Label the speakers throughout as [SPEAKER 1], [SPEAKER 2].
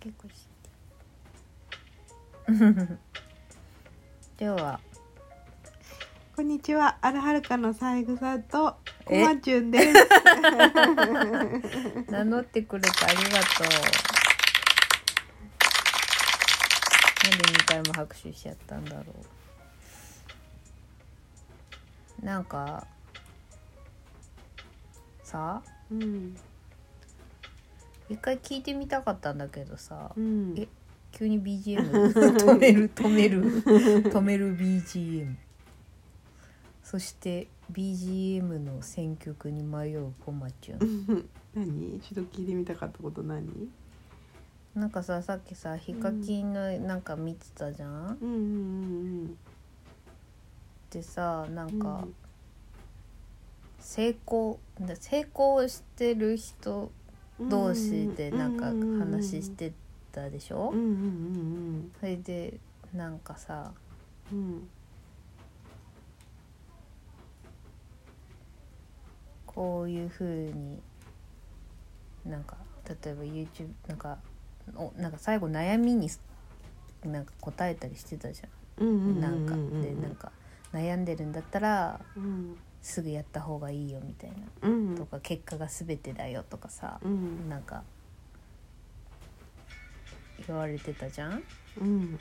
[SPEAKER 1] 結構知ってるでは
[SPEAKER 2] こんにちは、アルハルカのサイグさんとコ
[SPEAKER 1] え
[SPEAKER 2] マチュンです。
[SPEAKER 1] 名乗ってくれてありがとうなんで2回も拍手しちゃったんだろうなんかさ
[SPEAKER 2] うん、
[SPEAKER 1] 一回聞いてみたかったんだけどさ
[SPEAKER 2] うん、
[SPEAKER 1] え急に BGM 止める止める止める BGM そして BGM の選曲に迷うこまちゅん
[SPEAKER 2] 何？一度聞いてみたかったこと何？
[SPEAKER 1] なんかささっきさヒカキンのなんか見てたじゃん、
[SPEAKER 2] うんうん
[SPEAKER 1] でさなん
[SPEAKER 2] うんうん。
[SPEAKER 1] か成功だ成功してる人同士でなんか話し。てたでしょ、
[SPEAKER 2] うんうんうん
[SPEAKER 1] それでなんかさ
[SPEAKER 2] うんうん
[SPEAKER 1] こういう風になんか例えば YouTube なんかおなんか最後悩みになんか答えたりしてたじ
[SPEAKER 2] うんうん
[SPEAKER 1] ゃ
[SPEAKER 2] うん
[SPEAKER 1] んなん
[SPEAKER 2] う
[SPEAKER 1] か
[SPEAKER 2] う
[SPEAKER 1] でなんか悩んでるんだったら
[SPEAKER 2] うん
[SPEAKER 1] すぐやった方がいいよみたいな
[SPEAKER 2] うん
[SPEAKER 1] とか結果が全てだよとかさ
[SPEAKER 2] うん
[SPEAKER 1] なんか言われてたじゃん
[SPEAKER 2] うん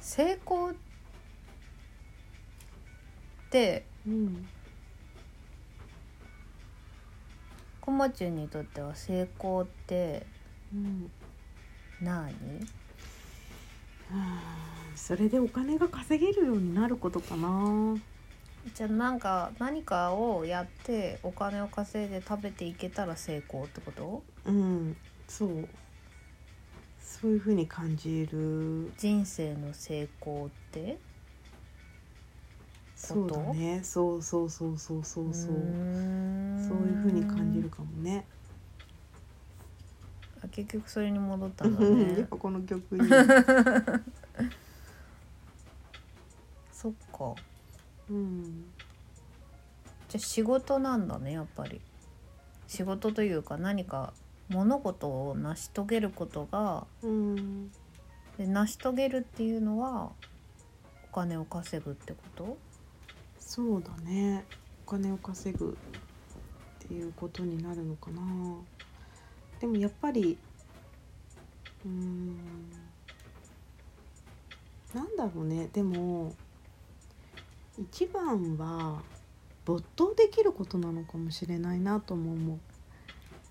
[SPEAKER 1] 成功って
[SPEAKER 2] うん
[SPEAKER 1] こまちゅんにとっては成功って
[SPEAKER 2] うん
[SPEAKER 1] 何
[SPEAKER 2] それでお金が稼げるようになることかな。
[SPEAKER 1] じゃあなんか何かをやってお金を稼いで食べていけたら成功ってこと
[SPEAKER 2] うん、そう。そういう風に感じる。
[SPEAKER 1] 人生の成功って
[SPEAKER 2] そうだね。そうそうそうそうそうそう。
[SPEAKER 1] ーん
[SPEAKER 2] そういう風に感じるかもね。
[SPEAKER 1] あ結局それに戻った
[SPEAKER 2] うん
[SPEAKER 1] だ
[SPEAKER 2] んやっ
[SPEAKER 1] ね
[SPEAKER 2] ぱこの曲 に。う
[SPEAKER 1] そっか
[SPEAKER 2] ん。
[SPEAKER 1] じゃあ仕事なんだねやっぱり仕事というか何か物事を成し遂げることが
[SPEAKER 2] うん。
[SPEAKER 1] で成し遂げるっていうのはお金を稼ぐってこと
[SPEAKER 2] そうだね。お金を稼ぐっていうことになるのかな。でもやっぱり、うん。なんだろうね。でも一番は没頭できることなのかもしれないなとも思う。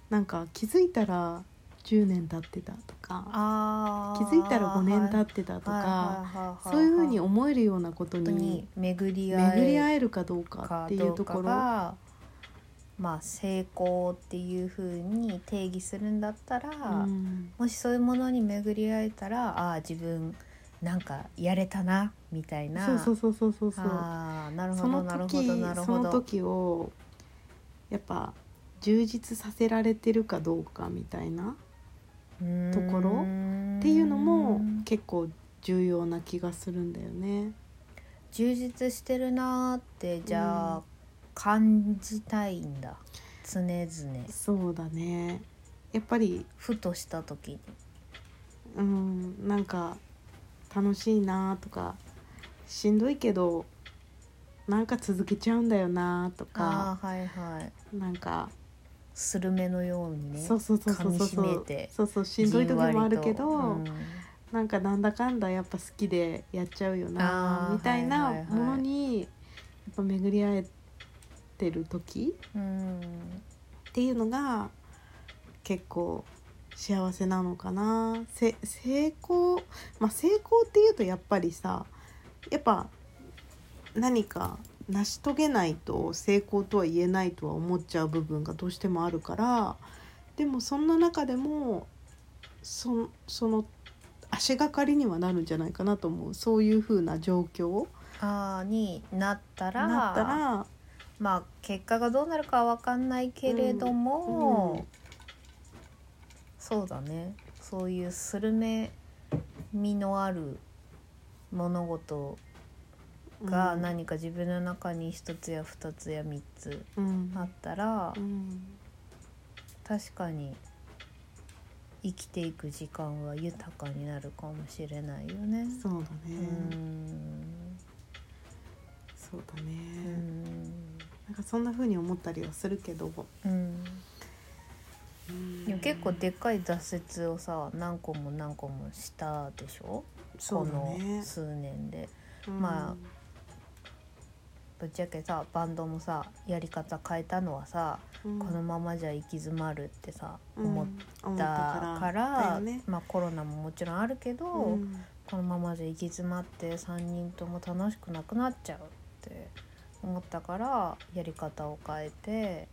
[SPEAKER 2] なんか気づいたら10年経ってたとか。
[SPEAKER 1] あ
[SPEAKER 2] 気づいたら5年経
[SPEAKER 1] っ
[SPEAKER 2] ってたと
[SPEAKER 1] と
[SPEAKER 2] か、そういうふうに思えるようなこと
[SPEAKER 1] 本当
[SPEAKER 2] に
[SPEAKER 1] に巡り合
[SPEAKER 2] 巡り合
[SPEAKER 1] え
[SPEAKER 2] えるかどうか
[SPEAKER 1] か
[SPEAKER 2] ってい
[SPEAKER 1] ど
[SPEAKER 2] う
[SPEAKER 1] う
[SPEAKER 2] と
[SPEAKER 1] か
[SPEAKER 2] ころ
[SPEAKER 1] がまあ成功っていうふうに定義するんだったら、
[SPEAKER 2] うん
[SPEAKER 1] もしそういうものに巡り合えたらああ自分なんかやれたなみたいな
[SPEAKER 2] そうそうそうそうそうそう
[SPEAKER 1] ああなるほ
[SPEAKER 2] そ
[SPEAKER 1] ど
[SPEAKER 2] の
[SPEAKER 1] なるほ
[SPEAKER 2] 時
[SPEAKER 1] どなる
[SPEAKER 2] そ
[SPEAKER 1] ほ
[SPEAKER 2] の
[SPEAKER 1] ど。
[SPEAKER 2] 時をやっぱ充実させられてるかどうかみたいなところっていうのも
[SPEAKER 1] うん
[SPEAKER 2] 結構重要な気がするんだよね。
[SPEAKER 1] 充実してるなーってじゃあ、
[SPEAKER 2] うん
[SPEAKER 1] 感じたいんだ常々
[SPEAKER 2] そうだねやっぱり
[SPEAKER 1] ふとした時に。
[SPEAKER 2] うんなんか楽しいなとかしんどいけどなんか続けちゃうんだよなとか
[SPEAKER 1] ああはいはい。
[SPEAKER 2] なんか、
[SPEAKER 1] スルメのようにね。
[SPEAKER 2] そうそうそうそうそうそ
[SPEAKER 1] 噛み締め
[SPEAKER 2] う
[SPEAKER 1] て
[SPEAKER 2] そうそうしんどい時もあるけど、
[SPEAKER 1] じんわりと
[SPEAKER 2] なんかなんだかんだやっぱ好きでやっちゃうよな
[SPEAKER 1] あー
[SPEAKER 2] みたい
[SPEAKER 1] は
[SPEAKER 2] ない
[SPEAKER 1] はいはい
[SPEAKER 2] ものにやっぱ巡り合えてる時
[SPEAKER 1] うん、
[SPEAKER 2] っていうのが結構幸せなのかなせ成功まあ成功っていうとやっぱりさやっぱ何か成し遂げないと成功とは言えないとは思っちゃう部分がどうしてもあるからでもそんな中でもそのその足がかりにはなるんじゃないかなと思うそういう風な状況
[SPEAKER 1] ああになったら
[SPEAKER 2] なったら
[SPEAKER 1] まあ結果がどうなるかは分かんないけれども、
[SPEAKER 2] うんうん
[SPEAKER 1] そうだねそういうスルメ味のある物事が
[SPEAKER 2] うん
[SPEAKER 1] 何か自分の中に一つや二つや三つ
[SPEAKER 2] うん
[SPEAKER 1] あったら
[SPEAKER 2] うん
[SPEAKER 1] 確かに生きていく時間は豊かになるかもしれないよね。
[SPEAKER 2] そうだね、
[SPEAKER 1] うん
[SPEAKER 2] そうだ
[SPEAKER 1] う
[SPEAKER 2] ね、
[SPEAKER 1] ん
[SPEAKER 2] なんかそんな風に思ったりはするけど、
[SPEAKER 1] うん
[SPEAKER 2] うん
[SPEAKER 1] でも結構でっかい挫折をさ何個も何個もしたでしょ、
[SPEAKER 2] そ
[SPEAKER 1] こ
[SPEAKER 2] うだ
[SPEAKER 1] の
[SPEAKER 2] ね、
[SPEAKER 1] 数年で。
[SPEAKER 2] うん
[SPEAKER 1] まあぶっちゃけさバンドもさやり方変えたのはさ、
[SPEAKER 2] うん
[SPEAKER 1] このままじゃ行き詰まるってさ、
[SPEAKER 2] うん
[SPEAKER 1] 思っ
[SPEAKER 2] 思
[SPEAKER 1] た
[SPEAKER 2] っ
[SPEAKER 1] か
[SPEAKER 2] ただ
[SPEAKER 1] ら、
[SPEAKER 2] よね
[SPEAKER 1] まあ、コロナももちろんあるけど、
[SPEAKER 2] うん
[SPEAKER 1] このままじゃ行き詰まって3人とも楽しくなくなっちゃうって思ったからやり方を変えて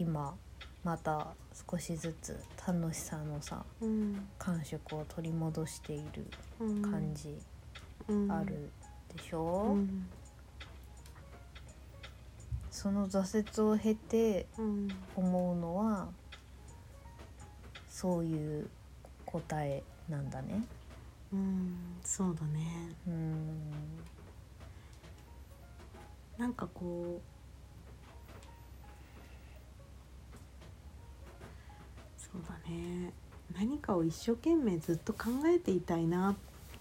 [SPEAKER 1] 今また少しずつ楽しさのさ
[SPEAKER 2] うん
[SPEAKER 1] 感触を取り戻している
[SPEAKER 2] うん
[SPEAKER 1] 感じ
[SPEAKER 2] うん
[SPEAKER 1] あるでし
[SPEAKER 2] う
[SPEAKER 1] ょ、
[SPEAKER 2] ん
[SPEAKER 1] その挫折を経て
[SPEAKER 2] うん
[SPEAKER 1] 思うのはそういう答えなんだね。
[SPEAKER 2] うんそうだね
[SPEAKER 1] うん
[SPEAKER 2] なんかこうそうだね何かを一生懸命ずっと考えていたいなっ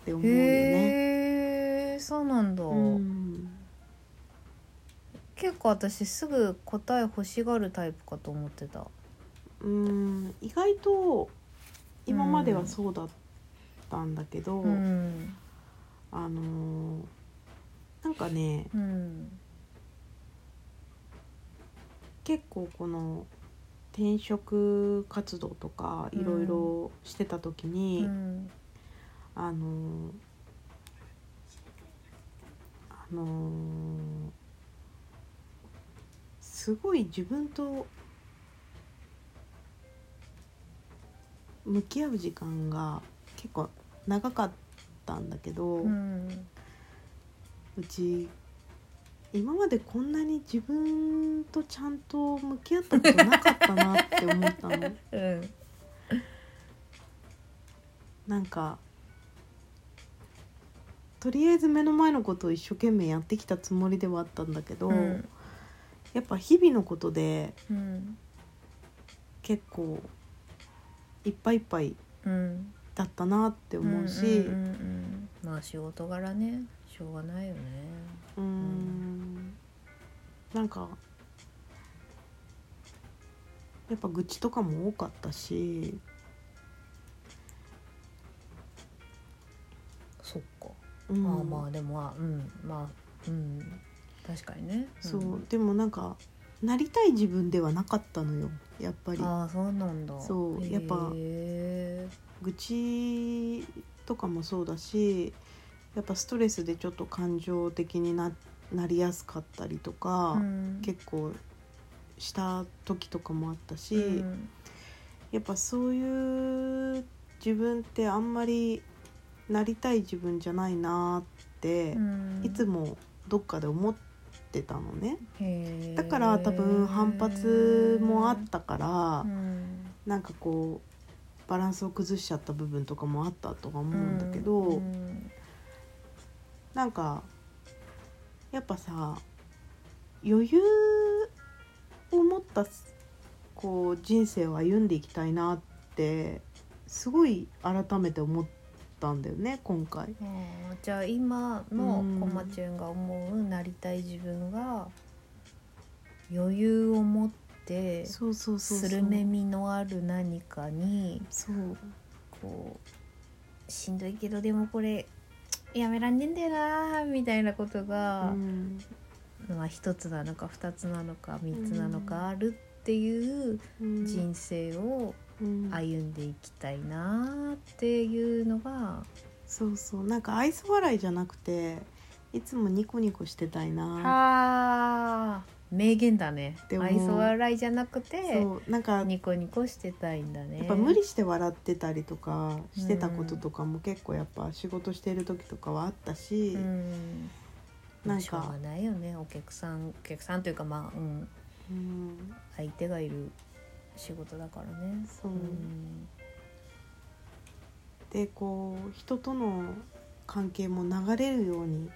[SPEAKER 2] て思うよね。
[SPEAKER 1] へえそうなんだ、
[SPEAKER 2] うん、
[SPEAKER 1] 結構私すぐ答え欲しがるタイプかと思ってた。
[SPEAKER 2] うん、意外と今まではそうだったんだけど、
[SPEAKER 1] うん
[SPEAKER 2] あのーなんかね
[SPEAKER 1] うん
[SPEAKER 2] 結構この転職活動とかいろいろしてた時
[SPEAKER 1] う
[SPEAKER 2] に、
[SPEAKER 1] ん
[SPEAKER 2] あのーあのーすごい自分と向き合う時間が結構長かったんだけど、
[SPEAKER 1] う
[SPEAKER 2] うんち今までこんなに自分とちゃんと向き合ったことなかったなって思ったの。
[SPEAKER 1] うん
[SPEAKER 2] なんかとりあえず目の前のことを一生懸命やってきたつもりではあったんだけど、
[SPEAKER 1] うん
[SPEAKER 2] やっぱ日々のことで
[SPEAKER 1] うん
[SPEAKER 2] 結構いっぱいいっぱい
[SPEAKER 1] うん
[SPEAKER 2] だったなって思うし、
[SPEAKER 1] んうんうんうんまあ仕事柄ねしょうがないよね。
[SPEAKER 2] うーんなんかやっぱ愚痴とかも多かったし
[SPEAKER 1] そっか。
[SPEAKER 2] うん
[SPEAKER 1] まあまあでもまあうんまあうん確かにね。
[SPEAKER 2] そう、
[SPEAKER 1] ん
[SPEAKER 2] でもなんかなりたい自分ではなかったのよやっぱり。
[SPEAKER 1] ああそうなんだ。
[SPEAKER 2] そうやっぱ
[SPEAKER 1] へ
[SPEAKER 2] 愚痴とかもそうだしやっぱストレスでちょっと感情的にななりやすかったりと
[SPEAKER 1] ー
[SPEAKER 2] か、
[SPEAKER 1] うん
[SPEAKER 2] 結構した時とかもあったし、
[SPEAKER 1] うん
[SPEAKER 2] やっぱそういう自分ってあんまりなりたい自分じゃないなって
[SPEAKER 1] う、ん
[SPEAKER 2] いつもどっかで思ってたのね。
[SPEAKER 1] へー
[SPEAKER 2] だから多分反発もあったから、
[SPEAKER 1] うん
[SPEAKER 2] なんかこうバランスを崩しちゃった部分とかもあったとは思うんだけど、
[SPEAKER 1] うん
[SPEAKER 2] なんかやっぱさ余裕を持ったこう人生を歩んでいきたいなってすごい改めて思ったんだよね今回。
[SPEAKER 1] あーじゃあ今のこまちゅんが思うなりたい自分が余裕を持って
[SPEAKER 2] そうそうそうそう
[SPEAKER 1] スルメ味のある何かに
[SPEAKER 2] そう
[SPEAKER 1] こうしんどいけどでもこれやめらんねえんだよなーみたいなこと
[SPEAKER 2] う
[SPEAKER 1] が、
[SPEAKER 2] ん
[SPEAKER 1] まあ一つなのか二つなのか三つなのかあるっていう
[SPEAKER 2] うん
[SPEAKER 1] 人生を
[SPEAKER 2] うん
[SPEAKER 1] 歩んでいきたいなーっていうのが、
[SPEAKER 2] そうそうなんか愛想笑いじゃなくていつもニコニコしてたいな
[SPEAKER 1] あー名言だね
[SPEAKER 2] でも
[SPEAKER 1] 愛想笑いじゃなくて
[SPEAKER 2] そうなんか
[SPEAKER 1] ニコニコしてたいんだね
[SPEAKER 2] やっぱ無理して笑ってたりとかしてたこととかも結構やっぱ仕事してる時とかはあったし、
[SPEAKER 1] うん
[SPEAKER 2] なんか
[SPEAKER 1] しょうがないよねお客さんお客さんというかまあうん
[SPEAKER 2] うん
[SPEAKER 1] 相手がいる仕事だからね
[SPEAKER 2] そう
[SPEAKER 1] うん
[SPEAKER 2] でこう人との関係も流れるように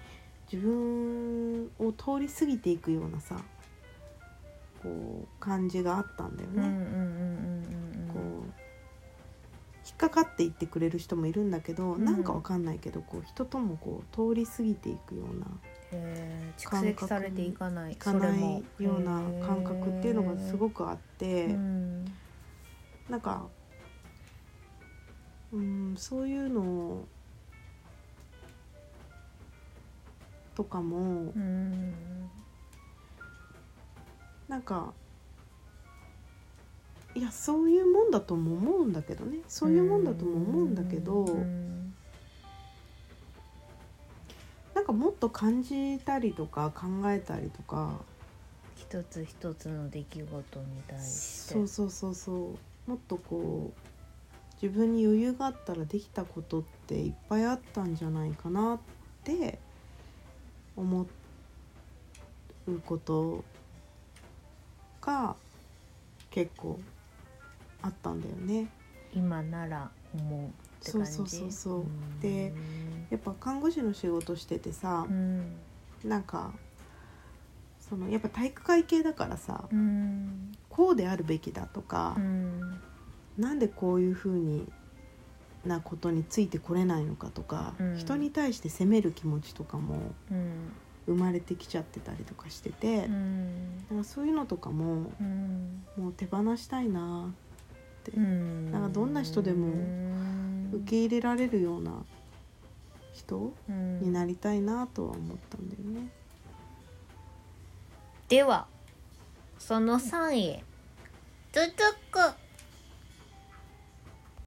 [SPEAKER 2] 自分を通り過ぎていくようなさこう感じがあったんだよ
[SPEAKER 1] うんうんう
[SPEAKER 2] ね。
[SPEAKER 1] んうん
[SPEAKER 2] こ
[SPEAKER 1] う
[SPEAKER 2] うん引っかかっていってくれる人もいるんだけど、
[SPEAKER 1] うん
[SPEAKER 2] なんかわかんないけどこう人ともこう通り過ぎていくような
[SPEAKER 1] へー蓄積されていかない
[SPEAKER 2] いかないような感覚っていうのがす
[SPEAKER 1] く
[SPEAKER 2] ごくあって、
[SPEAKER 1] うん
[SPEAKER 2] なんか、うん、そういうのとかも
[SPEAKER 1] うん
[SPEAKER 2] なんかいやそういうもんだとも思うんだけどねそういうもんだとも思うんだけど、
[SPEAKER 1] うん
[SPEAKER 2] なんかもっと感じたりとか考えたりとか、
[SPEAKER 1] 一つ一つの出来事に対して
[SPEAKER 2] そうそうそうそうもっとこう自分に余裕があったらできたことっていっぱいあったんじゃないかなって思うことが結構あったんだよね。
[SPEAKER 1] 今なら思うって感じ
[SPEAKER 2] そうそうそうそう
[SPEAKER 1] うん
[SPEAKER 2] でやっぱ看護師の仕事しててさ
[SPEAKER 1] う、ん
[SPEAKER 2] なんかそのやっぱ体育会系だからさ
[SPEAKER 1] うん
[SPEAKER 2] こうであるべきだとか、
[SPEAKER 1] うん
[SPEAKER 2] なんでこういうふうになことについてこれないのかとか、
[SPEAKER 1] うん
[SPEAKER 2] 人に対して責める気持ちとかも
[SPEAKER 1] うん
[SPEAKER 2] 生まれてきちゃってたりとかしてて、
[SPEAKER 1] う
[SPEAKER 2] だ
[SPEAKER 1] ん
[SPEAKER 2] からそういうのとかも
[SPEAKER 1] うん
[SPEAKER 2] もう手放したいな
[SPEAKER 1] うん
[SPEAKER 2] なんかどんな人でも受け入れられるような人に
[SPEAKER 1] に
[SPEAKER 2] なりたいなとは思ったんだよね。
[SPEAKER 1] ではその3位続く